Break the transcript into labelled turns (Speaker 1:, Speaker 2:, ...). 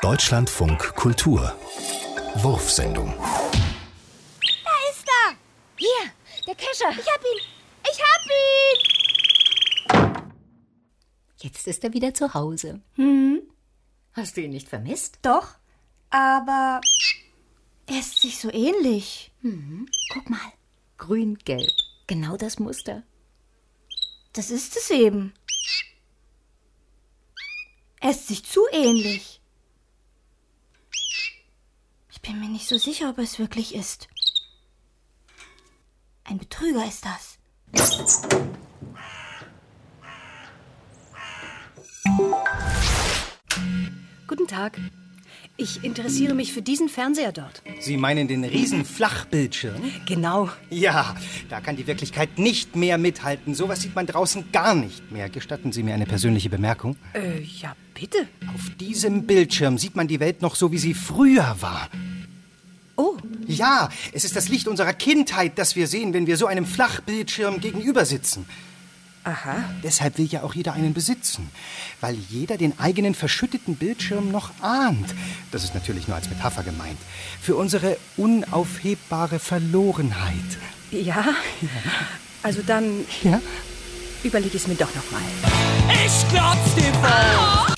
Speaker 1: Deutschlandfunk Kultur. Wurfsendung.
Speaker 2: Da ist er!
Speaker 3: Hier, der Kescher.
Speaker 2: Ich hab ihn! Ich hab ihn!
Speaker 3: Jetzt ist er wieder zu Hause.
Speaker 2: Hm,
Speaker 3: Hast du ihn nicht vermisst?
Speaker 2: doch. Aber er ist sich so ähnlich.
Speaker 3: Guck mal. Grün-gelb. Genau das Muster.
Speaker 2: Das ist es eben. Er ist sich zu ähnlich. Ich bin mir nicht so sicher, ob er es wirklich ist. Ein Betrüger ist das.
Speaker 4: Guten Tag. Ich interessiere mich für diesen Fernseher dort.
Speaker 5: Sie meinen den riesen Flachbildschirm?
Speaker 4: Genau.
Speaker 5: Ja, da kann die Wirklichkeit nicht mehr mithalten. Sowas sieht man draußen gar nicht mehr. Gestatten Sie mir eine persönliche Bemerkung.
Speaker 4: Äh, ja, bitte.
Speaker 5: Auf diesem Bildschirm sieht man die Welt noch so, wie sie früher war.
Speaker 4: Oh,
Speaker 5: Ja, es ist das Licht unserer Kindheit, das wir sehen, wenn wir so einem Flachbildschirm gegenüber sitzen.
Speaker 4: aha.
Speaker 5: Deshalb will ja auch jeder einen besitzen, weil jeder den eigenen verschütteten Bildschirm noch ahnt. Das ist natürlich nur als Metapher gemeint. Für unsere unaufhebbare Verlorenheit.
Speaker 4: Ja. Also dann
Speaker 5: Ja?
Speaker 4: überlege ich es mir doch nochmal.
Speaker 6: Ich glaub's dir wohl.